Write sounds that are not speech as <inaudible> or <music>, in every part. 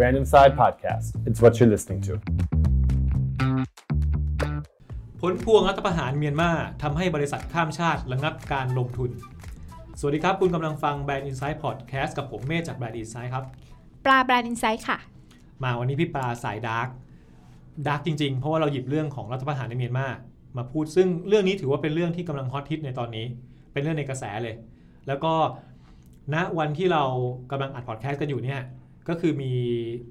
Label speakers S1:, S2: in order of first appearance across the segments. S1: Random Side Podcast. It's what you're listening to.
S2: ผลพวงรัฐประหารเมียนมาทำให้บริษัทข้ามชาติระงับการลงทุน สวัสดีครับ คุณกำลังฟังแบรนด์อินไซด์พอดแคสต์กับผมเมธจากแบรนด์อินไซด์ครับ
S3: ปลาปลาดินไซด์ค่ะ
S2: มาวันนี้พี่ปลาสายดาร์กดาร์กจริงๆ เพราะว่าเราหยิบเรื่องของรัฐประหารในเมียนมามาพูดซึ่งเรื่องนี้ถือว่าเป็นเรื่องที่กำลังฮอตฮิตในตอนนี้ เป็นเรื่องในกระแสเลย แล้วก็ณวันที่เรากำลังอัดพอดแคสต์กันอยู่เนี่ยก็คือมี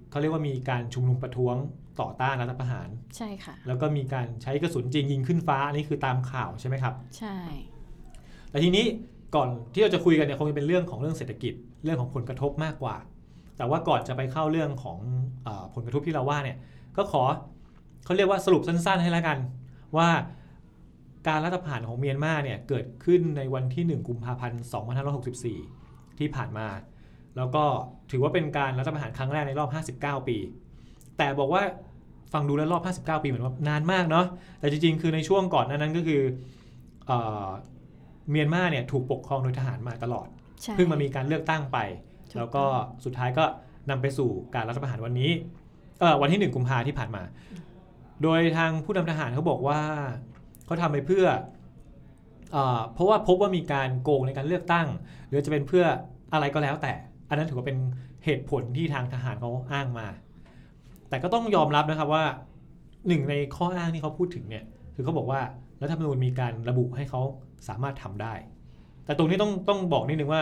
S2: เขาเรียกว่ามีการชุมนุมประท้วงต่อต้านรัฐประหาร
S3: ใช่ค่ะ
S2: แล้วก็มีการใช้กระสุนจริงยิงขึ้นฟ้าอันนี้คือตามข่าวใช่ไหมครับ
S3: ใช่
S2: แต่ทีนี้ก่อนที่เราจะคุยกันเนี่ยคงจะเป็นเรื่องของเรื่องเศรษฐกิจเรื่องของผลกระทบมากกว่า แต่ว่าก่อนจะไปเข้าเรื่องของเออผลกระทบที่เราว่าเนี่ยก็ขอเขาเรียกว่าสรุปสั้น ๆ ให้แล้วกัน ว่าการรัฐประหารของเมียนมาเนี่ยเกิดขึ้นในวันที่ 1 กุมภาพันธ์ 2564 ที่ผ่านมา แล้วก็ถือว่าเป็นการรัฐประหารครั้งแรกในรอบ 59 ปี แต่บอกว่าฟังดูแล้วรอบ 59 ปีเหมือนว่านานมากเนาะแต่จริงๆ คือในช่วงก่อนหนานั้นก็คือเออ เมียนมาเนี่ยถูกปกครองโดยทหารมาตลอด
S3: ใช่
S2: เพิ่งมามีการเลือกตั้งไป
S3: ถูกต้อง
S2: แล้วก็สุดท้ายก็นำไปสู่การรัฐประหารวันนี้เออวันที่หนึ่งกุมภาที่ผ่านมา โดยทางผู้นำทหารเขาบอกว่าเขาทำไปเพื่อเออเพราะว่าพบว่ามีการโกงในการเลือกตั้ง หรือจะเป็นเพื่ออะไรก็แล้วแต่ อันนั้นถือว่าเป็นเหตุผลที่ทางทหารเขาอ้างมา แต่ก็ต้องยอมรับนะครับว่าหนึ่งในข้ออ้างที่เขาพูดถึงเนี่ยคือเขาบอกว่ารัฐธรรมนูญมีการระบุให้เขาสามารถทำได้ แต่ตรงนี้ต้องต้องบอกนิดนึงว่า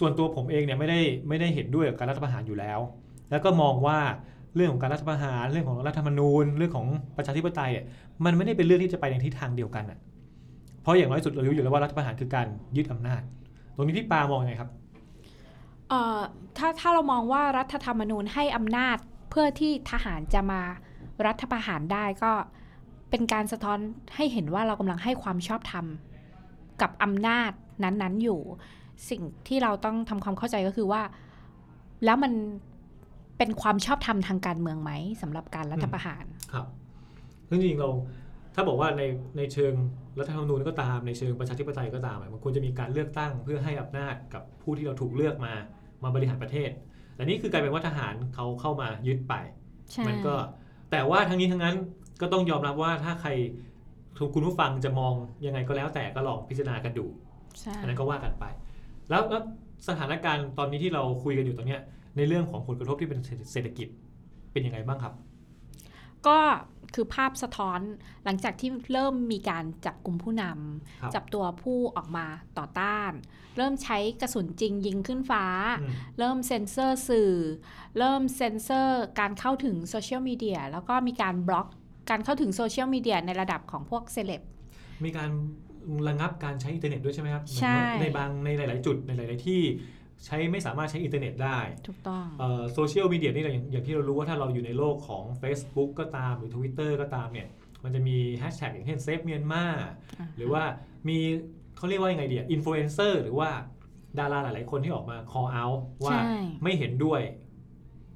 S2: ส่วนตัวผมเองเนี่ยไม่ได้ไม่ได้เห็นด้วยกับการรัฐประหารอยู่แล้ว แล้วก็มองว่าเรื่องของการรัฐประหารเรื่องของรัฐธรรมนูญ เรื่องของประชาธิปไตยอ่ะมันไม่ได้เป็นเรื่องที่จะไปในทิศทางเดียวกันอ่ะเพราะอย่างน้อยสุดเรารู้อยู่แล้วว่ารัฐประหารคือการยึดอำนาจ ตรงนี้พี่ปามองยังไงครับ
S3: เอ่อถ้าถ้าเรามองว่ารัฐธรรมนูญให้อำนาจเพื่อที่ทหารจะมารัฐประหารได้ก็เป็นการสะท้อนให้เห็นว่าเรากำลังให้ความชอบธรรมกับอำนาจนั้นๆอยู่ สิ่งที่เราต้องทำความเข้าใจก็คือว่า แล้วมันเป็นความชอบธรรมทางการเมืองไหมสำหรับการรัฐประหาร
S2: ครับซึ่งจริงๆเราถ้าบอกว่าในในเชิงรัฐธรรมนูญก็ตามในเชิงประชาธิปไตยก็ตามอะมันควรจะมีการเลือกตั้งเพื่อให้อำนาจกับผู้ที่เราถูกเลือกมามาบริหารประเทศ แต่นี่คือกลายเป็นว่าทหารเขาเข้ามายึดไป
S3: ใช่
S2: มันก็แต่ว่าทั้งนี้ทั้งนั้นก็ต้องยอมรับว่าถ้าใครคุณผู้ฟังจะมองยังไงก็แล้วแต่ก็ลองพิจารณากันดู
S3: ใช่
S2: อันนั้นก็ว่ากันไป แล้วแล้วสถานการณ์ตอนนี้ที่เราคุยกันอยู่ตอนเนี้ยในเรื่องของผลกระทบที่เป็นเศรษฐกิจเป็นยังไงบ้างครับ
S3: ก็คือภาพสะท้อนหลังจากที่เริ่มมีการจับกลุ่มผู้นำ
S2: ครับ
S3: จับตัวผู้ออกมาต่อต้าน เริ่มใช้กระสุนจริงยิงขึ้นฟ้า
S2: อืม
S3: เริ่มเซ็นเซอร์สื่อ เริ่มเซ็นเซอร์การเข้าถึงโซเชียลมีเดียแล้วก็มีการบล็อกการเข้าถึงโซเชียลมีเดียในระดับของพวกเซเลบ
S2: มีการระงับการใช้อินเทอร์เน็ตด้วยใช่ไหมครับ
S3: ใช่
S2: เหมือนว่าในบางในหลาย ๆ จุดในหลาย ๆ ที่ใช้ไม่สามารถใช้อินเทอร์เน็ตได้
S3: ถูกต้อง
S2: โซเชียลมีเดียนี่เราอย่างอย่างที่เรารู้ว่าถ้าเราอยู่ในโลกของ Facebook ก็ตามหรือ Twitter ก็ตามเนี่ยมันจะมีแฮชแท็กอย่างเช่นเซฟเมียนมา
S3: อ่า
S2: หรือว่ามีเขาเรียกว่ายังไงเดียอินฟลูเอนเซอร์หรือว่าดาราหลาย ๆ คนที่ออกมา call out ว่า
S3: ใช่
S2: ไม่เห็นด้วย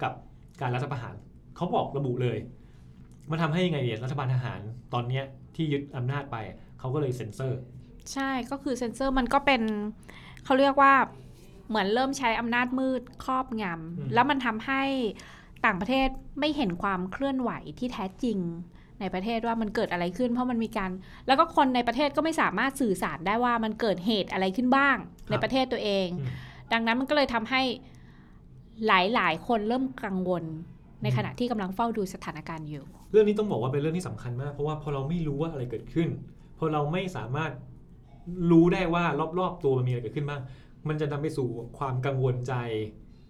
S2: กับการรัฐประหาร เขาบอกระบุเลย มันทำให้ยังไงเนี่ยรัฐบาลทหารตอนเนี้ยที่ยึดอำนาจไป เขาก็เลยเซ็นเซอร์
S3: ใช่ก็คือเซ็นเซอร์มันก็เป็นเขาเรียกว่าเหมือนเริ่มใช้อำนาจมืดครอบง
S2: ม
S3: ำแล้วมันทำให้ต่างประเทศไม่เห็นความเคลื่อนไหวที่แท้จริงในประเทศว่ามันเกิดอะไรขึ้น เพราะมันมีการ แล้วก็คนในประเทศก็ไม่สามารถสื่อสารได้ว่ามันเกิดเหตุอะไรขึ้นบ้าง ในประเทศตัวเอง
S2: อืม
S3: ดังนั้นมันก็เลยทำให้หลายๆ คนเริ่มกังวล ในขณะที่กำลังเฝ้าดูสถานการณ์อยู่
S2: เรื่องนี้ต้องบอกว่าเป็นเรื่องที่สำคัญมาก เพราะว่าพอเราไม่รู้ว่าอะไรเกิดขึ้น พอเราไม่สามารถรู้ได้ว่ารอบๆตัวมันมีอะไรเกิดขึ้นบ้าง มันจะนำไปสู่ความกังวลใจ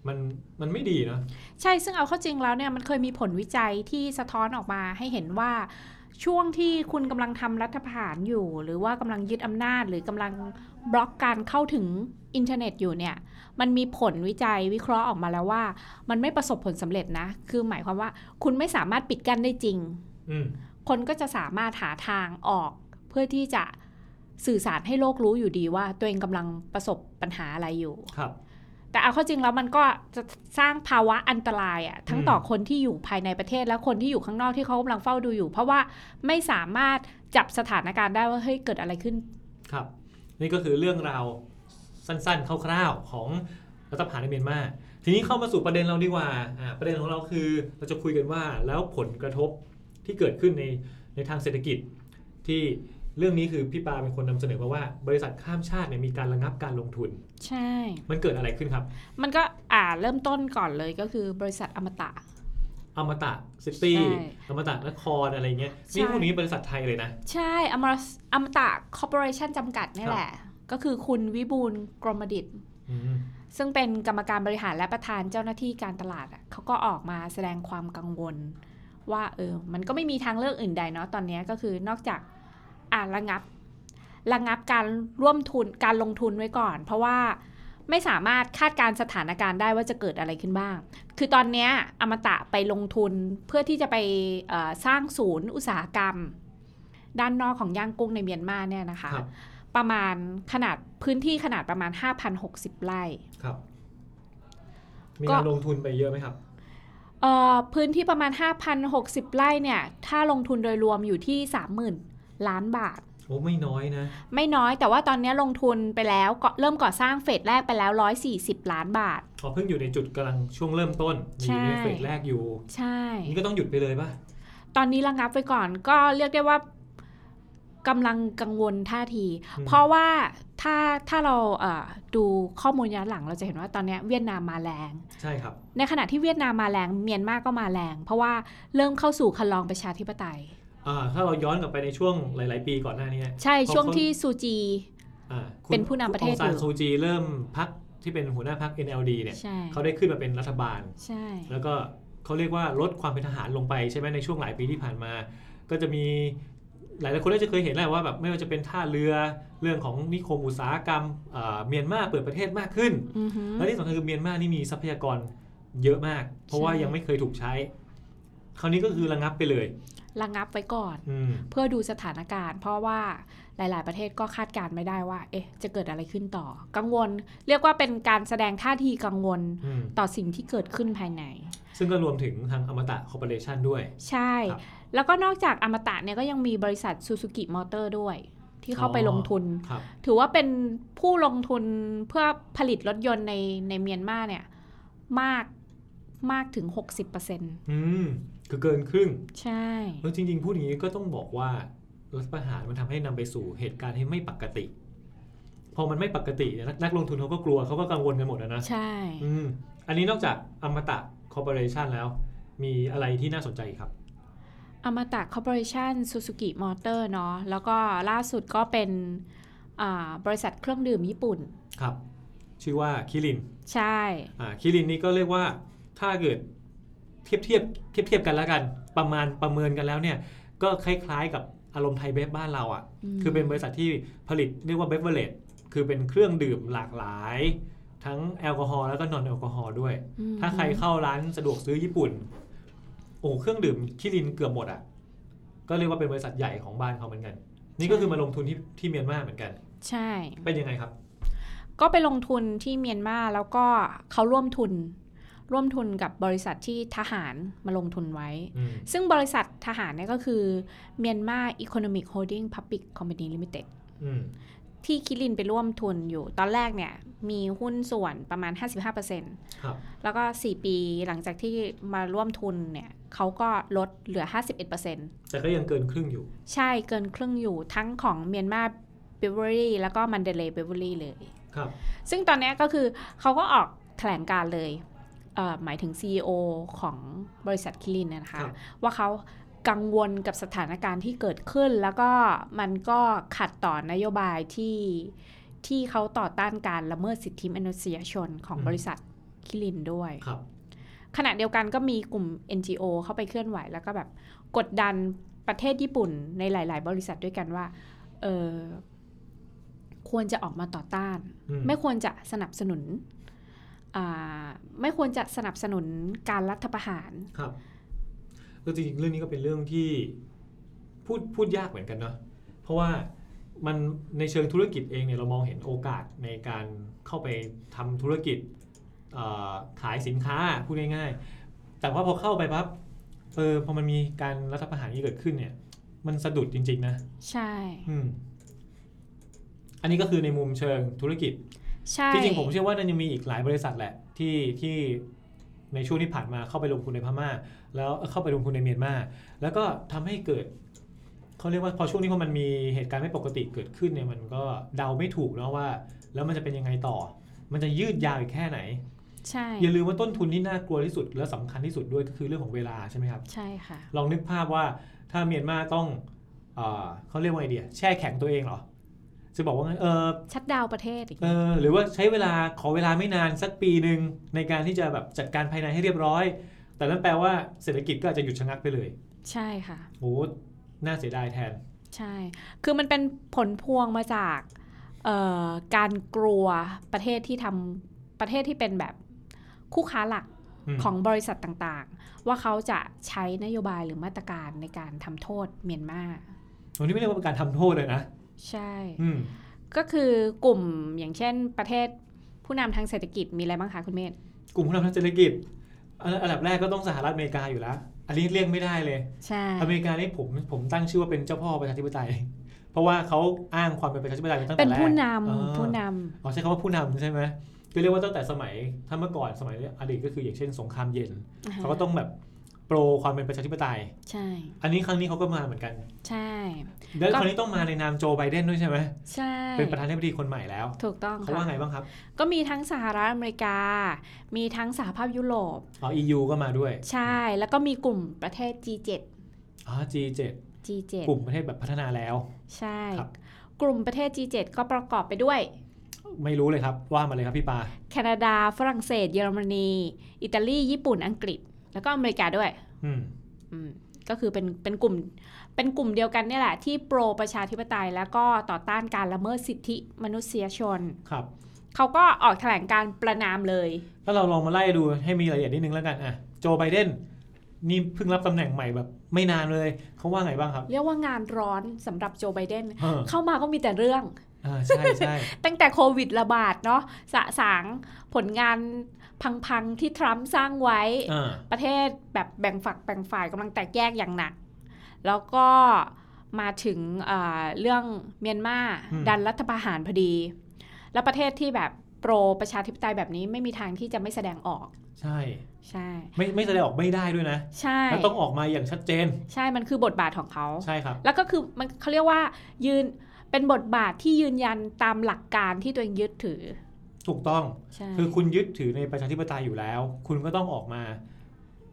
S2: มันมันไม่ดีนะ
S3: ใช่ ซึ่งเอาเข้าจริงแล้วเนี่ยมันเคยมีผลวิจัยที่สะท้อนออกมาให้เห็นว่าช่วงที่คุณกำลังทำรัฐประหารอยู่ หรือว่ากำลังยึดอำนาจ หรือกำลังบล็อกการเข้าถึงอินเทอร์เน็ตอยู่เนี่ย มันมีผลวิจัยวิเคราะห์ออกมาแล้วว่า มันไม่ประสบผลสำเร็จนะ คือหมายความว่าคุณไม่สามารถปิดกั้นได้จริง
S2: อืม
S3: คนก็จะสามารถหาทางออก เพื่อที่จะสื่อสารให้โลกรู้อยู่ดีว่า ตัวเองกำลังประสบปัญหาอะไรอยู่
S2: ครับ
S3: แต่เอาเข้าจริงแล้วมันก็จะสร้างภาวะอันตรายอะ่ะทั้ง
S2: อืม
S3: ต่อคนที่อยู่ภายในประเทศและคนที่อยู่ข้างนอกที่เขากำลังเฝ้าดูอยู่ เพราะว่าไม่สามารถจับสถานการณ์ได้ว่าเฮ้ยเกิดอะไรขึ้น
S2: ครับ นี่ก็คือเรื่องราวสั้นๆ คร่าวๆ ของรัฐประหารในเมียนมา ทีนี้เข้ามาสู่ประเด็นเราดีกว่าอ่า ประเด็นของเราคือเราจะคุยกันว่าแล้วผลกระทบที่เกิดขึ้นในในทางเศรษฐกิจ ที่เรื่องนี้คือพี่ปาเป็นคนนำเสนอมาว่า บริษัทข้ามชาติเนี่ยมีการระงับการลงทุน
S3: ใช่
S2: มันเกิดอะไรขึ้นครับ
S3: มันก็อ่าเริ่มต้นก่อนเลยก็คือบริษัทอมตะ
S2: อมตะซิตี้
S3: ใช่
S2: อมตะนครอะไรเงี้ย
S3: ใช่
S2: นี่พวกนี้บริษัทไทยเลยนะ
S3: ใช่อมรสอมตะคอร์ปอเรชันจำกัดนี่แหละ ก็คือคุณวิบูลย์กรมดิต
S2: อืม
S3: ซึ่งเป็นกรรมการบริหารและประธานเจ้าหน้าที่การตลาดอะเขาก็ออกมาแสดงความกังวล ว่าเออมันก็ไม่มีทางเลือกอื่นใดเนาะตอนเนี้ยก็คือนอกจากอ่าระงับระงับการร่วมทุนการลงทุนไว้ก่อน เพราะว่าไม่สามารถคาดการณ์สถานการณ์ได้ว่าจะเกิดอะไรขึ้นบ้าง คือตอนเนี้ยอมตะไปลงทุนเพื่อที่จะไปเอ่อสร้างศูนย์อุตสาหกรรม ด้านนอกของย่างกุ้งในเมียนมาเนี่ยนะคะ
S2: ครับ
S3: ประมาณขนาดพื้นที่ขนาดประมาณ 5,060 ไร่
S2: ครับ มี
S3: ก็
S2: การลงทุนไปเยอะไหมครับ
S3: เอ่อพื้นที่ประมาณ 5,060 ไร่เนี่ย ถ้าลงทุนโดยรวมอยู่ที่ 30,000 ล้านบาท
S2: โอ้ไม่น้อยนะ
S3: ไม่น้อยแต่ว่าตอนนี้ลงทุนไปแล้วก็เริ่มก่อสร้างเฟสแรกไปแล้ว 140 ล้านบาท
S2: พอเพิ่งอยู่ในจุดกำลังช่วงเริ่มต้นอ
S3: ใช่
S2: ยู่ในเฟสแรกอยู่
S3: ใช่
S2: นี่ก็ต้องหยุดไปเลยป่ะ
S3: ตอนนี้ระงับไปก่อนก็เรียกได้ว่ากำลังกังวลท่าที
S2: อืม
S3: เพราะว่าถ้าถ้าเราเอ่อดูข้อมูลย้อนหลังเราจะเห็นว่าตอนนี้เวียดนามมาแรง
S2: ใช่ครับ
S3: ในขณะที่เวียดนามมาแรงเมียนมาก็มาแรง เพราะว่าเริ่มเข้าสู่คันลองประชาธิปไตย
S2: อ่า ถ้าเราย้อนกลับไปในช่วงหลาย ๆ ปีก่อนหน้านี้
S3: ใช่ช่วงที่ซูจี
S2: อ่าคุณ
S3: เป็นผู้นำประเทศ
S2: องซา
S3: อน ยู่
S2: ซูจีเริ่มพักที่เป็นหัวหน้าพัก NLD เนี่ย
S3: ใช่
S2: เขาได้ขึ้นมาเป็นรัฐบาล
S3: ใช่
S2: แล้วก็เขาเรียกว่าลดความเป็นทหารลงไปใช่ไหมในช่วงหลายปีที่ผ่านมา ก็จะมีหลายๆคนน่าจะเคยเห็นแหละว่าแบบไม่ว่าจะเป็นท่าเรือเรื่องของนิคมอุตสาหกรรมอ่าเมียนมาเปิดประเทศมากขึ้น
S3: อือหือ
S2: และที่สำคัญคือเมียนมานี่มีทรัพยากรเยอะมาก เพราะว่า
S3: ใช่
S2: ยังไม่เคยถูกใช้ คราวนี้ก็คือระงับไปเลย
S3: ระงับไว้ก่อน
S2: อืม
S3: เพื่อดูสถานการณ์ เพราะว่าหลาย ๆ ประเทศก็คาดการณ์ไม่ได้ว่า เอ๊ะ จะเกิดอะไรขึ้นต่อ กังวล เรียกว่าเป็นการแสดงท่าทีกังวล
S2: อืม
S3: ต่อสิ่งที่เกิดขึ้นภายใน
S2: ซึ่งก็รวมถึงทางอมตะคอร์ปอเรชันด้วย
S3: ใช่
S2: ครับ
S3: แล้วก็นอกจากอมตะเนี่ยก็ยังมีบริษัทซูซูกิมอเตอร์ด้วย ที่เข้าไป
S2: อ๋อ
S3: ลงทุน
S2: ครับ
S3: ถือว่าเป็นผู้ลงทุนเพื่อผลิตรถยนต์ในในเมียนมาเนี่ยมากมากถึง 60%
S2: อืม คือเกินครึ่ง
S3: ใช่
S2: แล้วจริงๆ พูดอย่างนี้ก็ต้องบอกว่ารัฐประหารมันทำให้นำไปสู่เหตุการณ์ที่ไม่ปกติ พอมันไม่ปกติเนี่ยนักนักลงทุนเขาก็กลัวเขาก็กังวลกันหมดแล้วนะ
S3: ใช่
S2: อืม อันนี้นอกจากอมตะคอร์ปอเรชันแล้ว มีอะไรที่น่าสนใจอีกครับ
S3: อมตะคอร์ปอเรชันซูซูกิมอเตอร์เนาะแล้วก็ล่าสุดก็เป็นอ่าบริษัทเครื่องดื่มญี่ปุ่น
S2: ครับ ชื่อว่าคิริน
S3: ใช่
S2: อ่าคิรินนี่ก็เรียกว่าถ้าเกิดเทียบเทียบเทียบเทียบกันแล้วกัน ประมาณประเมินกันแล้วเนี่ย ก็คล้ายๆกับอารมณ์ไทยเบฟบ้านเราอะ่ะ
S3: อืม
S2: คือเป็นบริษัทที่ผลิตเรียกว่าเบฟเวอร์เลตคือเป็นเครื่องดื่มหลากหลาย ทั้งแอลกอฮอล์แล้วก็นอนแอลกอฮอล์ด้วย
S3: อืม
S2: ถ้าใครเข้าร้านสะดวกซื้อญี่ปุ่น โอ้เครื่องดื่มคิรินเกือบหมดอะ่ะ ก็เรียกว่าเป็นบริษัทใหญ่ของบ้านเขาเหมือนกัน นี่ก็คือมาลงทุนที่ที่เมียนมาเหมือนกัน
S3: ใช่
S2: เป็นยังไงครับ
S3: ก็ไปลงทุนที่เมียนมาแล้วก็เขาร่วมทุน ร่วมทุนกับบริษัทที่ทหารมาลงทุนไว้
S2: อืม
S3: ซึ่งบริษัททหารเนี่ยก็คือเมียนมาอีโคโนมิกโฮลดิ้งพับลิกคอมพานีลิมิเต็ด
S2: อืม
S3: ที่คิรินไปร่วมทุนอยู่ ตอนแรกเนี่ยมีหุ้นส่วนประมาณ 55%
S2: ครับ
S3: แล้วก็ 4 ปีหลังจากที่มาร่วมทุนเนี่ยเขาก็ลดเหลือ 51%
S2: แต่ก็ยังเกินครึ่งอยู่
S3: ใช่เกินครึ่งอยู่ทั้งของเมียนมาเบเวอรี่แล้วก็มันเดเลเบเวอรี่เลย
S2: ครับ
S3: ซึ่งตอนเนี้ยก็คือเขาก็ออกแถลงการณ์เลยเอ่อหมายถึง CEO ของบริษัทคิรินเนยนะคะ
S2: ครับ
S3: ว่าเขากังวลกับสถานการณ์ที่เกิดขึ้น แล้วก็มันก็ขัดต่อนโยบายที่ที่เขาต่อต้านการละเมิดสิทธิมนุษยชนของบริษัทคิรินด้วย
S2: ครับ
S3: ขณะเดียวกันก็มีกลุ่ม NGO เข้าไปเคลื่อนไหว แล้วก็แบบกดดันประเทศญี่ปุ่นในหลาย ๆ บริษัทด้วยกันว่าเออควรจะออกมาต่อต้าน
S2: อืม
S3: ไม่ควรจะสนับสนุนอ่าไม่ควรจะสนับสนุนการรัฐประหาร
S2: ครับก็จริงๆเรื่องนี้ก็เป็นเรื่องที่พูดพูดยากเหมือนกันเนาะเพราะว่ามันในเชิงธุรกิจเองเนี่ยเรามองเห็นโอกาสในการเข้าไปทำธุรกิจเอ่อขายสินค้าพูดง่ายๆ แต่ว่าพอเข้าไปปั๊บเออพอมันมีการรัฐประหารนี้เกิดขึ้นเนี่ย มันสะดุดจริงๆนะ
S3: ใช่
S2: อืม อันนี้ก็คือในมุมเชิงธุรกิจ
S3: ใช่
S2: ที่จริงผมเชื่อว่านั่นยังมีอีกหลายบริษัทแหละที่ที่ในช่วงที่ผ่านมาเข้าไปลงทุนในพม่า แล้วเข้าไปลงทุนในเมียนมาแล้วก็ทำให้เกิดเขาเรียกว่าพอช่วงนี้พอมันมีเหตุการณ์ไม่ปกติเกิดขึ้นเนี่ยมันก็เดาไม่ถูกเนาะว่า แล้วมันจะเป็นยังไงต่อ มันจะยืดยาวอีกแค่ไหน
S3: ใช่
S2: อย่าลืมว่าต้นทุนที่น่ากลัวที่สุด และสำคัญที่สุดด้วยก็คือเรื่องของเวลาใช่ไหมครับ
S3: ใช่ค่ะ
S2: ลองนึกภาพว่าถ้าเมียนมาต้องเอ่อเขาเรียกว่าไอเดีย แช่แข็งตัวเองเหรอจะบอกว่าไงเออ
S3: ชัดดาวน์ประเทศอีก
S2: เออหรือว่าใช้เวลาขอเวลาไม่นานสักปีหนึ่งในการที่จะแบบจัดการภายในให้เรียบร้อย แต่นั่นแปลว่าเศรษฐกิจก็อาจจะหยุดชะงักไปเลย
S3: ใช่ค่ะ
S2: โอ้น่าเสียดายแทน
S3: ใช่ คือมันเป็นผลพวงมาจากเอ่อการกลัวประเทศที่ทำประเทศที่เป็นแบบคู่ค้าหลัก
S2: อืม
S3: ของบริษัทต่างๆ ว่าเขาจะใช้นโยบายหรือมาตรการในการทำโทษเมียนมา
S2: ตรงนี้ไม่เรียกว่าเป็นการทำโทษเลยนะ
S3: ใช่
S2: อืม
S3: ก็คือกลุ่มอย่างเช่นประเทศผู้นำทางเศรษฐกิจมีอะไรบ้างคะคุณเมธ
S2: กลุ่มผู้นำทางเศรษฐกิจอันอันดับแรกก็ต้องสหรัฐอเมริกาอยู่แล้ว อันนี้เรียกไม่ได้เลย
S3: ใช่
S2: อเมริกานี่ผมผมตั้งชื่อว่าเป็นเจ้าพ่อประชาธิปไตย เพราะว่าเขาอ้างความเป็นประชาธิปไตยมาตั้งแต่
S3: เป็น
S2: แรก
S3: ผู้น
S2: เออ
S3: ำผู้น
S2: อ๋อใช้คำว่าผู้นำใช่ไหมคือเรียกว่าตั้งแต่สมัยถ้าเมื่อก่อนสมัยอดีตก็คืออย่างเช่นสงครามเย็น
S3: ำ
S2: เขาก็ต้องแบบโปรความเป็นประชาธิปไตย
S3: ใช่
S2: อันนี้ครั้งนี้เขาก็มาเหมือนกัน
S3: ใช่
S2: แล้ว
S3: ก็
S2: คราวนี้ต้องมาในนามโจไบเดนด้วยใช่ไหม
S3: ใช่
S2: เป็นประธานาธิบดีคนใหม่แล้ว
S3: ถูกต้อง
S2: เขาว่า
S3: ค่ะ
S2: ไงบ้างครับ
S3: ก็มีทั้งสหรัฐอเมริกา มีทั้งสหภาพยุโรป
S2: อ๋อ EU ก็มาด้วย
S3: ใช่ แล้วก็มีกลุ่มประเทศ G7
S2: อ๋อ G7
S3: G7
S2: กลุ่มประเทศแบบพัฒนาแล้ว
S3: ใช่
S2: ครับ
S3: กลุ่มประเทศ G7 ก็ประกอบไปด้วย
S2: ไม่รู้เลยครับ ว่ามาเลยครับพี่ปา
S3: แคนาดา ฝรั่งเศส เยอรมนี อิตาลี ญี่ปุ่น อังกฤษ แล้วก็อเมริกาด้วย
S2: อืม
S3: อืมก็คือเป็นเป็นกลุ่ม เป็นกลุ่มเดียวกันเนี่ยแหละ ที่โปรประชาธิปไตย แล้วก็ต่อต้านการละเมิดสิทธิมนุษยชน
S2: ครับ
S3: เขาก็ออกแถลงการณ์ประนามเลย
S2: แล้วเราลองมาไล่ดูให้มีรายละเอียดนิดนึงแล้วกัน อ่ะ โจไบเดน นี่เพิ่งรับตำแหน่งใหม่แบบ ไม่นานเลย เขาว่าไงบ้างครับ
S3: เรียกว่างานร้อนสำหรับโจไบเดน
S2: เออ
S3: เข้ามาก็มีแต่เรื่อง
S2: อ่าใช่
S3: <laughs>
S2: ใช่
S3: ตั้งแต่โควิดระบาดเนาะสะสางผลงานพังๆที่ทรัมป์สร้างไว้
S2: อ่า
S3: ประเทศแบบแบ่งฝักแบ่งฝ่ายกำลังแตกแยกอย่างหนัก แล้วก็มาถึงเอ่อเรื่องเมียนมา
S2: อืม
S3: ดันรัฐประหารพอดี แล้วประเทศที่แบบโปรประชาธิปไตยแบบนี้ไม่มีทางที่จะไม่แสดงออก
S2: ใช่
S3: ใช่
S2: ไม่ไม่แสดงออกไม่ได้ด้วยนะ
S3: ใช่
S2: แล้วต้องออกมาอย่างชัดเจน
S3: ใช่มันคือบทบาทของเขา
S2: ใช่ครับ
S3: แล้วก็คือมันเขาเรียกว่ายืนเป็นบทบาทที่ยืนยันตามหลักการที่ตัวเองยึดถือ
S2: ถูกต้อง
S3: ใช่
S2: คือคุณยึดถือในประชาธิปไตยอยู่แล้ว คุณก็ต้องออกมา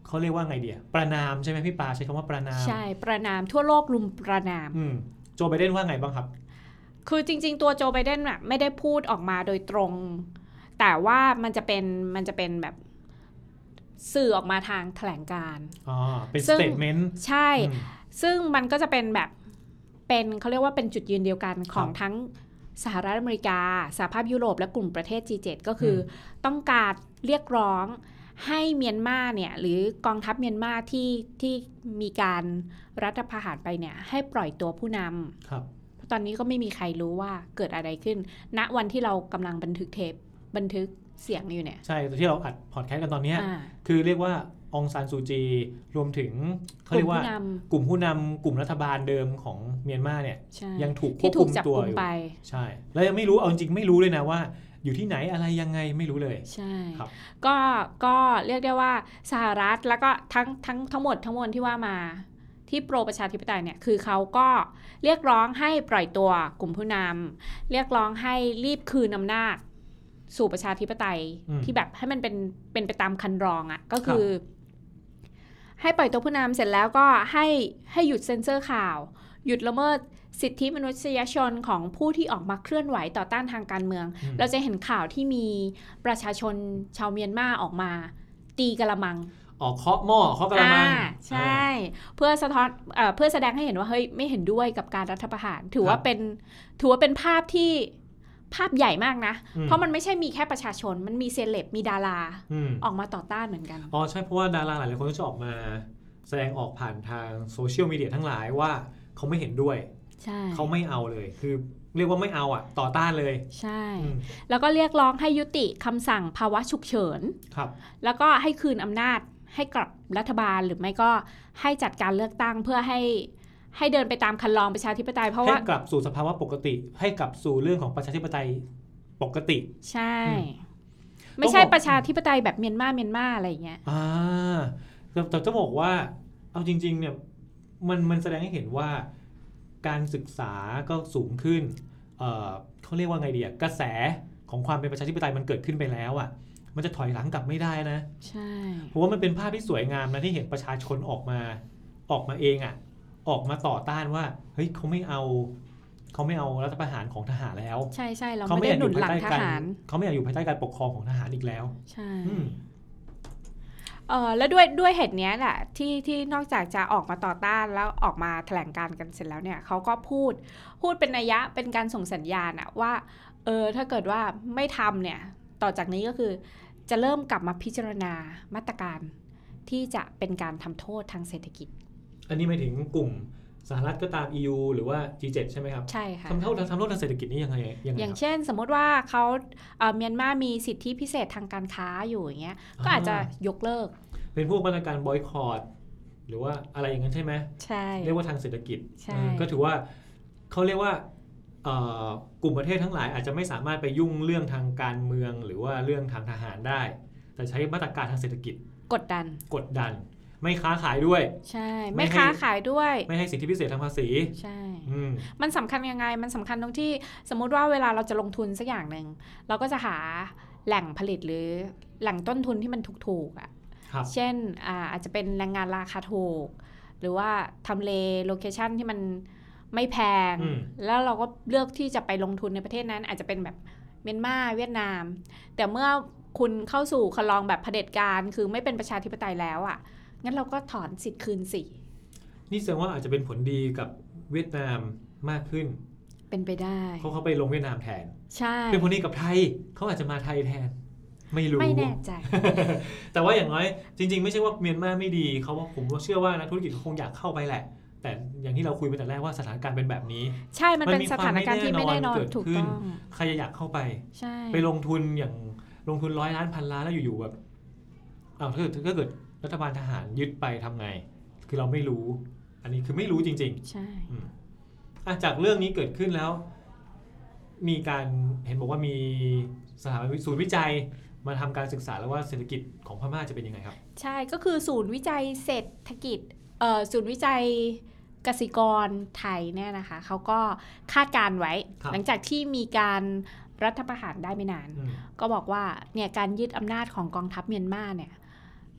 S2: เขาเรียกว่าไงเดียประนามใช่ไหมพี่ปาใช้คำว่าประนาม
S3: ใช่ ประนามทั่วโลกลุมประนาม
S2: อืมโจไบเดนว่าไงบ้างครับ
S3: คือจริง ๆ ตัวโจไบเดนน่ะไม่ได้พูดออกมาโดยตรง แต่ว่ามันจะเป็นมันจะเป็นแบบสื่อออกมาทางแถลงการณ์
S2: อ๋อ เป็น
S3: ซึ่
S2: ส
S3: ง
S2: เตทเมนต์
S3: ใช่ ซึ่งมันก็จะเป็นแบบเป็นเขาเรียกว่าเป็นจุดยืนเดียวกันของทั้งสหรัฐอเมริกาสหภาพยุโรปและกลุ่มประเทศ G7 ก็คืออต้องการเรียกร้องให้เมียนมาเนี่ยหรือกองทัพเมียนมาที่ที่มีการรัฐประหารไปเนี่ยให้ปล่อยตัวผู้นำ
S2: ครับ
S3: ตอนนี้ก็ไม่มีใครรู้ว่าเกิดอะไรขึ้น ณวันที่เรากำลังบันทึกเทป บันทึกเสียงอยู่เนี่ย
S2: ใช่ที่เราอัดพอดแคสต์กันตอนเนี้ย
S3: อ่า
S2: คือเรียกว่าองซานซูจี รวมถึงเขา
S3: กลุ่
S2: เรีย
S3: ม
S2: กว่า
S3: ผู้น
S2: กลุ่มผู้นำกลุ่มรัฐบาลเดิมของเมียนมาเนี่ย
S3: ำใช่
S2: ยังถูกคว
S3: ที่
S2: บ
S3: ถู
S2: คุ
S3: ก
S2: ม
S3: จับ
S2: ตัว
S3: กลุ่ม
S2: อยู่
S3: ไป
S2: ใช่ แล้วยังไม่รู้เอาจริงๆไม่รู้เลยนะว่า อยู่ที่ไหนอะไรยังไงไม่รู้เลย
S3: ใช่
S2: ครับ
S3: ก็ก็เรียกได้ว่าสหรัฐแล้วก็ทั้งทั้งทั้งหมดทั้งมวลที่ว่ามาที่โปรประชาธิปไตยเนี่ยคือเขาก็เรียกร้องให้ปล่อยตัวกลุ่มผู้นำเรียกร้องให้รีบคืนอำนาจ สู่ประชาธิปไตย
S2: อืม
S3: ที่แบบให้มันเป็นเป็นไปตามคันรองอะ่ะก็คือ ให้ปล่อยตัวผู้นำเสร็จแล้วก็ให้ให้หยุดเซ็นเซอร์ข่าว หยุดละเมิดสิทธิมนุษยชนของผู้ที่ออกมาเคลื่อนไหวต่อต้านทางการเมือง
S2: อืม
S3: เราจะเห็นข่าวที่มีประชาชนชาวเมียนมาออกมา ตีกระมัง
S2: ออกเคาะหม้อเคาะกระมัง
S3: อ่าใช่ เพื่อสะท้อนเอ่อเพื่อแสดงให้เห็นว่าเฮ้ยไม่เห็นด้วยกับการรัฐประหาร ถือว่าเป็นถือว่าเป็นภาพที่ภาพใหญ่มากนะ
S2: อื
S3: เพราะมันไม่ใช่มีแค่ประชาชน มันมีเซเลบ มีดารา
S2: อืม
S3: ออกมาต่อต้านเหมือนกัน
S2: อ๋อใช่เพราะว่าดาราหลายๆคนก็จะออกมาแสดงออกผ่านทางโซเชียลมีเดียทั้งหลายว่าเขาไม่เห็นด้วย
S3: ใช่
S2: เขาไม่เอาเลย คือเรียกว่าไม่เอาอ่ะ ต่อต้านเลย
S3: ใช่
S2: อืม
S3: แล้วก็เรียกร้องให้ยุติคำสั่งภาวะฉุกเฉิน
S2: ครับ
S3: แล้วก็ให้คืนอำนาจให้กับรัฐบาลหรือไม่ก็ให้จัดการเลือกตั้งเพื่อให้ ให้เดินไปตามคันลองประชาธิปไตยเพราะ
S2: ให้
S3: ว่าก
S2: ลับสู่สภาวะปกติ ให้กลับสู่เรื่องของประชาธิปไตยปกติ
S3: ใช่
S2: อืม
S3: ไม่ใช่
S2: ต้องบอก
S3: ประชาธิปไตยแบบเมียนมาเมียนมาอะไรอย่างเงี้ย
S2: อ่าแต่แต่จะบอกว่า เอาจริง ๆ เนี่ย มันมันแสดงให้เห็นว่าการศึกษาก็สูงขึ้น เอ่อเขาเรียกว่าไงดีอะกระแสของความเป็นประชาธิปไตยมันเกิดขึ้นไปแล้วอะมันจะถอยหลังกลับไม่ได้นะ
S3: ใช่
S2: เพราะว่ามันเป็นภาพที่สวยงามนะที่เห็นประชาชนออกมาออกมาเองอะ่ะ ออกมาต่อต้านว่าเฮ้ยเขาไม่เอาเขาไม่เอารัฐประหารของทหารแล้ว
S3: ใช่ใช่เรา
S2: เขา
S3: ไม่ได้หนุนหลังท
S2: การ
S3: หาร
S2: เขาไม่อยากอยู่ภายใต้การปกครองของทหารอีกแล้ว
S3: ใช่
S2: อืม
S3: เออแล้วด้วยด้วยเหตุเนี้ยแหละที่ที่นอกจากจะออกมาต่อต้านแล้วออกมาแถลงการณ์กันเสร็จแล้วเนี่ยเขาก็พูดพูดเป็นนัยยะเป็นการส่งสัญญาณอะว่าเออถ้าเกิดว่าไม่ทำเนี่ยต่อจากนี้ก็คือจะเริ่มกลับมาพิจารณามาตรการ ที่จะเป็นการทำโทษทางเศรษฐกิจ
S2: อันนี้หมายถึงกลุ่มสหรัฐก็ตาม EU หรือว่า G7 ใช่ไหมครับ
S3: ใช่ค่ะ
S2: ทำเท่าทำโทษทางเศรษฐกิจนี่ยังไงยังไง
S3: อย่า
S2: ค
S3: ง
S2: รับ
S3: เช่นสมมติว่าเขาเอ่อเมียนมามีสิทธิพิเศษทางการค้าอยู่อย่างเงี้ยก็อาจจะยกเลิก
S2: เป็นพวกมาตรการบอยคอรดหรือว่าอะไรอย่างนั้นใช่ไหม
S3: ใช่
S2: เรียกว่าทางเศรษฐกิจ
S3: ใช่
S2: เออก็ถือว่าเขาเรียกว่าเอ่อกลุ่มประเทศทั้งหลายอาจจะไม่สามารถไปยุ่งเรื่องทางการเมือง หรือว่าเรื่องทางทหารได้ แต่ใช้มาตรการทางเศรษฐกิจ
S3: กดดัน
S2: กดดัน ไม่ค้าขายด้วย
S3: ใช่
S2: ไม่
S3: ไม่
S2: ให้
S3: ค้าขายด้วย
S2: ไม่ให้สิทธิพิเศษทางภาษี
S3: ใช่
S2: อืม
S3: มันสำคัญยังไง มันสำคัญตรงที่สมมุติว่าเวลาเราจะลงทุนสักอย่างหนึ่งเราก็จะหาแหล่งผลิตหรือแหล่งต้นทุนที่มันถูกๆอะ่ะ
S2: ครับ
S3: เช่นอาอาจจะเป็นแรงงานราคาถูก หรือว่าทำเลโลเคชันที่มันไม่แพง
S2: อืม
S3: แล้วเราก็เลือกที่จะไปลงทุนในประเทศนั้น อาจจะเป็นแบบเมียนมาเวียดนาม แต่เมื่อคุณเข้าสู่คลองแบบเผด็จการ คือไม่เป็นประชาธิปไตยแล้วอะ่ะ งั้นเราก็ถอนสิทธิ์คืนสิ
S2: นี่แสดงว่าอาจจะเป็นผลดีกับเวียดนามมากขึ้น
S3: เป็นไปได้
S2: เขาเขาไปลงเวียดนามแทน
S3: ใช่
S2: เป็นคนนี้กับไทย เขาอาจจะมาไทยแทน ไม่รู้
S3: ไม่แน่ใจ
S2: <laughs> แต่ว่าอย่างน้อยจริง ๆ ไม่ใช่ว่าเมียนมาไม่ดีเขาว่าผมเชื่อว่านักธุรกิจเขาคงอยากเข้าไปแหละ แต่อย่างที่เราคุยไปแต่แรกว่าสถานการณ์เป็นแบบนี้
S3: ใช่ มัน
S2: มัน
S3: เป็น
S2: มี
S3: สถานการณ์ที่ไม่แน่นอน
S2: ความไม่แน่นอน
S3: ถูก
S2: เกิดขึ้
S3: ต้อน ง
S2: ใครจะอยากเข้าไป
S3: ใช่
S2: ไปลงทุนอย่างลงทุนร้อยล้านพันล้านแล้วอยู่ๆแบบอ้าวถ้าเกิดถ้าเกิดรัฐบาลทหารยึดไปทำไง คือเราไม่รู้ อันนี้คือไม่รู้จริง ๆ
S3: ใช่
S2: อืมอ่ะจากเรื่องนี้เกิดขึ้นแล้ว มีการเห็นบอกว่ามีสถาบันวิศูนย์วิจัยมาทำการศึกษาแล้วว่าเศรษฐกิจของพม่าจะเป็นยังไงครับ
S3: ใช่ก็คือศูนย์วิจัยเศรษฐกิจเอ่อศูนย์วิจัยกสิกรไทยเนี่ยนะคะเขาก็คาดการณ์ไว้
S2: ครับ
S3: หลังจากที่มีการรัฐประหารได้ไม่นาน
S2: อืม
S3: ก็บอกว่าเนี่ยการยึดอำนาจของกองทัพเมียนมาเนี่ย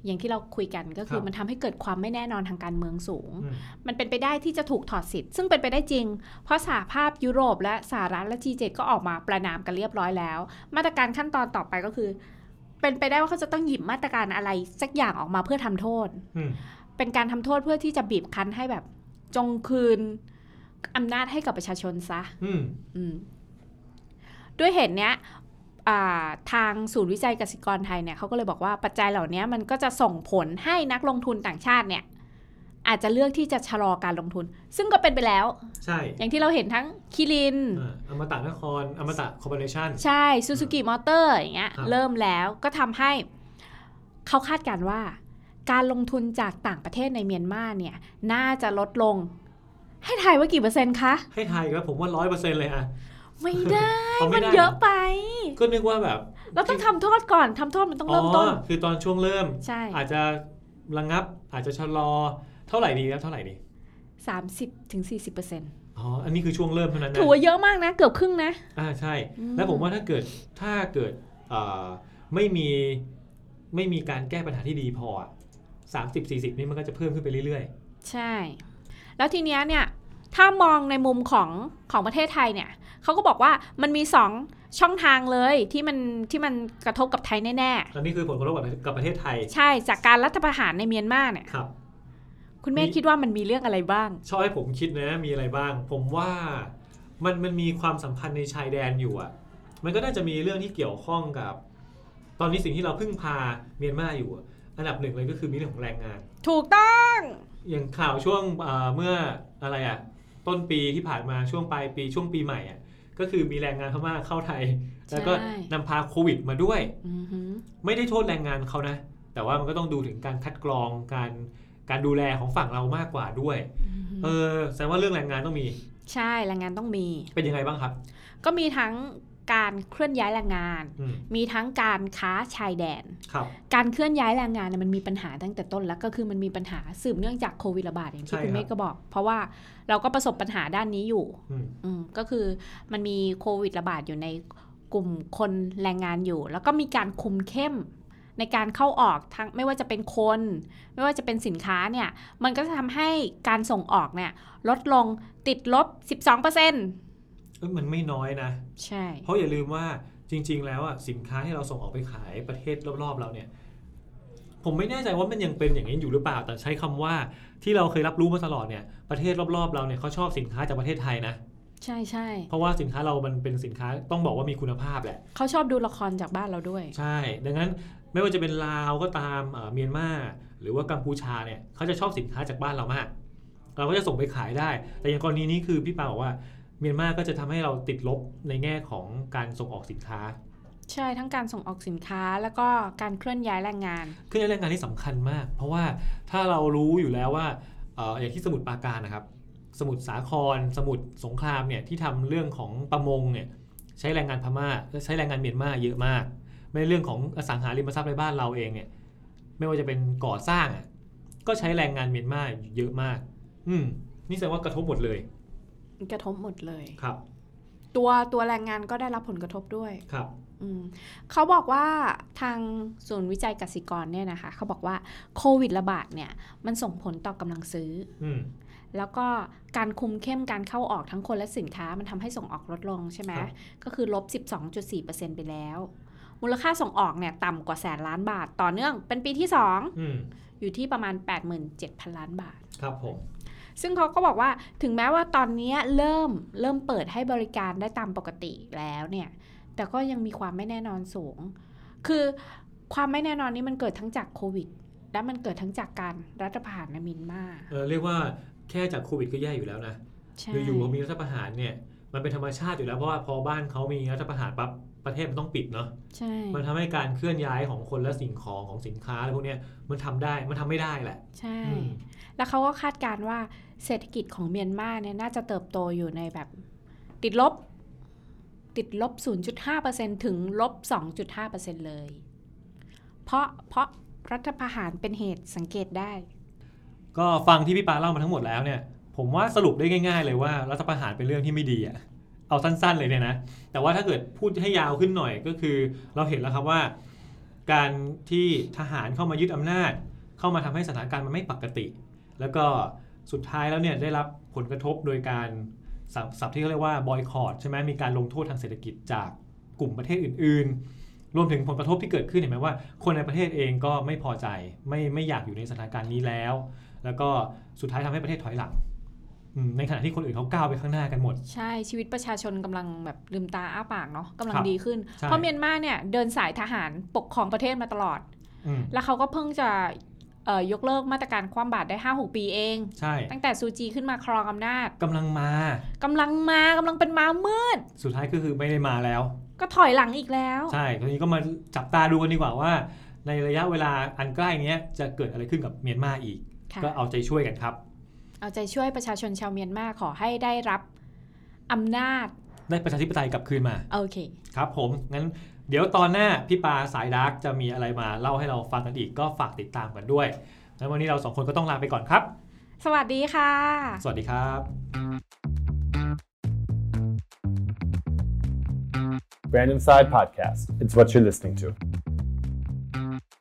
S3: อย่างที่เราคุยกันก็
S2: ค
S3: คือ
S2: รับ
S3: มันทำให้เกิดความไม่แน่นอนทางการเมืองสูง
S2: อืม
S3: มันเป็นไปได้ที่จะถูกถอดสิทธิ์ ซึ่งเป็นไปได้จริง เพราะสหภาพยุโรปและสหรัฐและ G7 ก็ออกมาประนามกันเรียบร้อยแล้ว มาตรการขั้นตอนต่อไปก็คือ เป็นไปได้ว่าเขาจะต้องหยิบมาตรการอะไรสักอย่างออกมาเพื่อทำโทษ
S2: อืม
S3: เป็นการทำโทษเพื่อที่จะบีบคั้นให้แบบจงคืนอำนาจให้กับประชาชนซะ
S2: อืม
S3: อืมด้วยเหตุเนี้ยอ่าทางศูนย์วิจัยกสิกรไทยเนี่ยเขาก็เลยบอกว่าปัจจัยเหล่านี้มันก็จะส่งผลให้นักลงทุนต่างชาติเนี่ย อาจจะเลือกที่จะชะลอการลงทุน ซึ่งก็เป็นไปแล้ว
S2: ใช่
S3: อย่างที่เราเห็นทั้งคิริน
S2: อ่าอมตะนครอมตะคอร์ปอเรชั่น
S3: ใช่ซูซูกิมอเตอร์อย่างเงี้ย
S2: ครับ
S3: เริ่มแล้วก็ทำให้เขาคาดการณ์ว่า การลงทุนจากต่างประเทศในเมียนมาเนี่ย น่าจะลดลง ให้ทายว่ากี่เปอร์เซ็นต์คะ
S2: ให้ไทยครับผมว่าร้อยเปอร์เซ็นต์เลยอ่ะ
S3: ไม่ได้
S2: เอา
S3: มั
S2: ไม่
S3: น
S2: ได้
S3: เยอะไป
S2: ก็นึกว่าแบบ
S3: เราต้องทำโทษก่อนทำโทษมันต้องเริ่มต้น
S2: อ๋อคือตอนช่วงเริ่ม
S3: ใช่
S2: อาจจะระงับ อาจจะชะลอเท่าไหร่ดีครับเท่าไหร่ดี
S3: สามสิบถึงสี่สิบเปอร์เซ็นต์
S2: อ๋ออันนี้คือช่วงเริ่มเท่านั้นนะ
S3: ถือว่าเยอะมากนะ เกือบครึ่งนะ
S2: อ่าใช่
S3: อืม
S2: แล้วผมว่าถ้าเกิดถ้าเกิดเอ่อไม่มีไม่มีการแก้ปัญหาที่ดีพอสามสิบสี่สิบนี่มันก็จะเพิ่มขึ้นไปเรื่อย
S3: ใช่ แล้วทีเนี้ยเนี่ย ถ้ามองในมุมของของประเทศไทยเนี่ย เขาก็บอกว่ามันมีสองช่องทางเลยที่มันที่มันกระทบกับไทยแน่
S2: ๆอันนี้คือผลกระทบกับกับประเทศไทย
S3: ๆ ใช่จากการรัฐประหารในเมียนมาเนี่ย
S2: ครับ
S3: คุณเม
S2: มี
S3: ธคิดว่ามันมีเรื่องอะไรบ้าง
S2: ชอบให้ผมคิดนะมีอะไรบ้าง ผมว่ามันมันมีความสัมพันธ์ในชายแดนอยู่อ่ะ มันก็น่าจะมีเรื่องที่เกี่ยวข้องกับ ตอนนี้สิ่งที่เราพึ่งพาเมียนมาอยู่อะอันดับหนึ่งเลยก็คือมีเรื่องของแรงงาน
S3: ถูกต้อง
S2: อย่างข่าวช่วงเอ่อเมื่ออะไรอ่ะต้นปีที่ผ่านมาช่วงปลายปีช่วงปีใหม่อ่ะก็คือมีแรงงานพม่าเข้าไทย แล้วก็
S3: ใช่
S2: นำพาโควิดมาด้วย
S3: อือหือ
S2: ไม่ได้โทษแรงงานเขานะ แต่ว่ามันก็ต้องดูถึงการคัดกรองการ การดูแลของฝั่งเรามากกว่าด้วย เออแสดงว่าเรื่องแรงงานต้องมี
S3: ใช่แรงงานต้องมี
S2: เป็นยังไงบ้างครับ
S3: ก็มีทั้งการเคลื่อนย้ายแรงงาน
S2: อืม
S3: มีทั้งการค้าชายแดน
S2: ครับ
S3: การเคลื่อนย้ายแรงงานเนี่ยมันมีปัญหาตั้งแต่ต้นแล้วก็คือมันมีปัญหาสืบเนื่องจากโควิดระบาดอย่าง
S2: ใช่
S3: ที่
S2: ค
S3: คุณ
S2: รับ
S3: เมฆก็บอก เพราะว่าเราก็ประสบปัญหาด้านนี้อยู่
S2: อืม
S3: อืมก็คือมันมีโควิดระบาดอยู่ในกลุ่มคนแรงงานอยู่ แล้วก็มีการคุมเข้มในการเข้าออกทั้งไม่ว่าจะเป็นคน ไม่ว่าจะเป็นสินค้าเนี่ย มันก็จะทำให้การส่งออกเนี่ยลดลงติดลบ 12%
S2: เอ้ยมันไม่น้อยนะ
S3: ใช่
S2: เพราะอย่าลืมว่าจริง ๆ แล้วอ่ะสินค้าที่เราส่งออกไปขายประเทศรอบๆ เราเนี่ย ผมไม่แน่ใจว่ามันยังเป็นอย่างนี้อยู่หรือเปล่า แต่ใช้คำว่าที่เราเคยรับรู้มาตลอดเนี่ยประเทศรอบๆ เราเนี่ยเขาชอบสินค้าจากประเทศไทยนะ
S3: ใช่ใช่
S2: เพราะว่าสินค้าเรามันเป็นสินค้าต้องบอกว่ามีคุณภาพแหละ
S3: เขาชอบดูละครจากบ้านเราด้วย
S2: ใช่ ดังนั้นไม่ว่าจะเป็นลาวก็ตามเอ่อเมียนมาหรือว่ากัมพูชาเนี่ยเขาจะชอบสินค้าจากบ้านเรามาก เราก็จะส่งไปขายได้ แต่อย่างกรณีนี้คือพี่ปาบอกว่าเมียนมาก็จะทำให้เราติดลบในแง่ของการส่งออกสินค้า
S3: ใช่ทั้งการส่งออกสินค้าแล้วก็การเคลื่อนย้ายแรงงาน
S2: เครื่องใช้แรงงานที่สำคัญมาก เพราะว่าถ้าเรารู้อยู่แล้วว่าเอ่ออย่างที่สมุทรปราการนะครับ สมุทรสาคร สมุทรสงครามเนี่ยที่ทำเรื่องของประมงเนี่ยใช้แรงงานพม่าใช้แรงงานเมียนมาเยอะมาก ไม่เรื่องของอสังหาริมทรัพย์ในบ้านเราเองเนี่ยไม่ว่าจะเป็นก่อสร้างอะก็ใช้แรงงานเมียนมาเยอะมาก อืมนี่แสดงว่ากระทบหมดเลย
S3: กระทบหมดเลย
S2: ครับ
S3: ตัวตัวแรงงานก็ได้รับผลกระทบด้วย
S2: ครับ
S3: อืมเขาบอกว่าทางศูนย์วิจัยกสิกรเนี่ยนะคะเขาบอกว่าโควิดระบาดเนี่ยมันส่งผลต่อกำลังซื้อ
S2: อืม
S3: แล้วก็การคุมเข้มการเข้าออกทั้งคนและสินค้ามันทำให้ส่งออกลดลงใช่ไหม
S2: ครับ
S3: ก็คือลบ 12.4%ไปแล้ว มูลค่าส่งออกเนี่ยต่ำกว่าแสนล้านบาทต่อเนื่อง เป็นปีที่
S2: อืม
S3: 2 อยู่ที่ประมาณ 87,000 ล้านบาท
S2: ครับผม
S3: ซึ่งเขาก็บอกว่าถึงแม้ว่าตอนเนี้ยเริ่มเริ่มเปิดให้บริการได้ตามปกติแล้วเนี่ย แต่ก็ยังมีความไม่แน่นอนสูง คือความไม่แน่นอนนี้มันเกิดทั้งจากโควิด และมันเกิดทั้งจากการรัฐประหารในเมินมา
S2: เออเรียกว่าแค่จากโควิดก็แย่อยู่แล้วนะ
S3: ใช่
S2: อยู่ๆพอมีรัฐประหารเนี่ยมันเป็นธรรมชาติอยู่แล้วเพราะว่าพอบ้านเขามีรัฐประหารปั๊บประเทศมันต้องปิดเนาะ
S3: ใช่
S2: มันทำให้การเคลื่อนย้ายของคนและสิ่งของของสินค้าอะไรพวกเนี้ยมันทำได้มันทำไม่ได้แหละ
S3: ใช่
S2: อืม
S3: แล้วเขาก็คาดการณ์ว่าเศรษฐกิจของเมียนมาเนี่ยน่าจะเติบโตอยู่ในแบบติดลบ ติดลบ 0.5%ถึงลบ 2.5%เลย เพราะเพราะรัฐประหารเป็นเหตุสังเกตได้
S2: ก็ฟังที่พี่ปาเล่ามาทั้งหมดแล้วเนี่ยผมว่าสรุปได้ง่าย ๆ เลยว่ารัฐประหารเป็นเรื่องที่ไม่ดีอะเอาสั้นๆเลยเนี่ยนะแต่ว่าถ้าเกิดพูดให้ยาวขึ้นหน่อยก็คือ เราเห็นแล้วครับว่า การที่ทหารเข้ามายึดอำนาจ เข้ามาทำให้สถานการณ์มันไม่ปกติ แล้วก็สุดท้ายแล้วเนี่ยได้รับผลกระทบโดยการสับศัพท์ที่เขาเรียกว่าบอยคอรดใช่ไหมมีการลงโทษทางเศรษฐกิจจากกลุ่มประเทศอื่น ๆ รวมถึงผลกระทบที่เกิดขึ้นเห็นไหมว่า คนในประเทศเองก็ไม่พอใจไม่ไม่อยากอยู่ในสถานการณ์นี้แล้ว แล้วก็สุดท้ายทำให้ประเทศถอยหลังอืมในขณะที่คนอื่นเขาก้าวไปข้างหน้ากันหมด
S3: ใช่ชีวิตประชาชนกำลังแบบลืมตาอ้าปากเนาะกำลั
S2: ค
S3: ง
S2: รับ
S3: ดีขึ้น
S2: ใช่
S3: เพราะเมียนมาเนี่ยเดินสายทหารปกครองประเทศมาตลอด
S2: อืม
S3: แล้วเขาก็เพิ่งจะเอ่อยกเลิกมาตรการคว่ำบาตรได้ 5 6 ปีเอง
S2: ใช่
S3: ตั้งแต่ซูจีขึ้นมาครองอำนาจ
S2: กำลังมาก
S3: ำลังมากำลังเป็นม้ามืด
S2: สุดท้ายก็คือไม่ได้มาแล้ว
S3: ก็ถอยหลังอีกแล้ว
S2: ใช่ทีนี้ก็มาจับตาดูกันดีกว่าว่า ในระยะเวลาอันใกล้เนี้ยจะเกิดอะไรขึ้นกับเมียนมาอีก
S3: ค่ะ
S2: ก็เอาใจช่วยกันครับ
S3: เอาใจช่วยประชาชนชาวเมียนมาขอให้ได้รับอำนาจ
S2: ได้ประชาธิปไตยกลับคืนมา
S3: โอเค
S2: ครับผม งั้นเดี๋ยวตอนหน้าพี่ปาสายดาร์กจะมีอะไรมาเล่าให้เราฟังกันอีกก็ฝากติดตามกันด้วยงั้นวันนี้เราสองคนก็ต้องลาไปก่อนครับ
S3: สวัสดีค่ะ
S2: สวัสดีครับ
S1: Random Side Podcast. It's what you're listening to.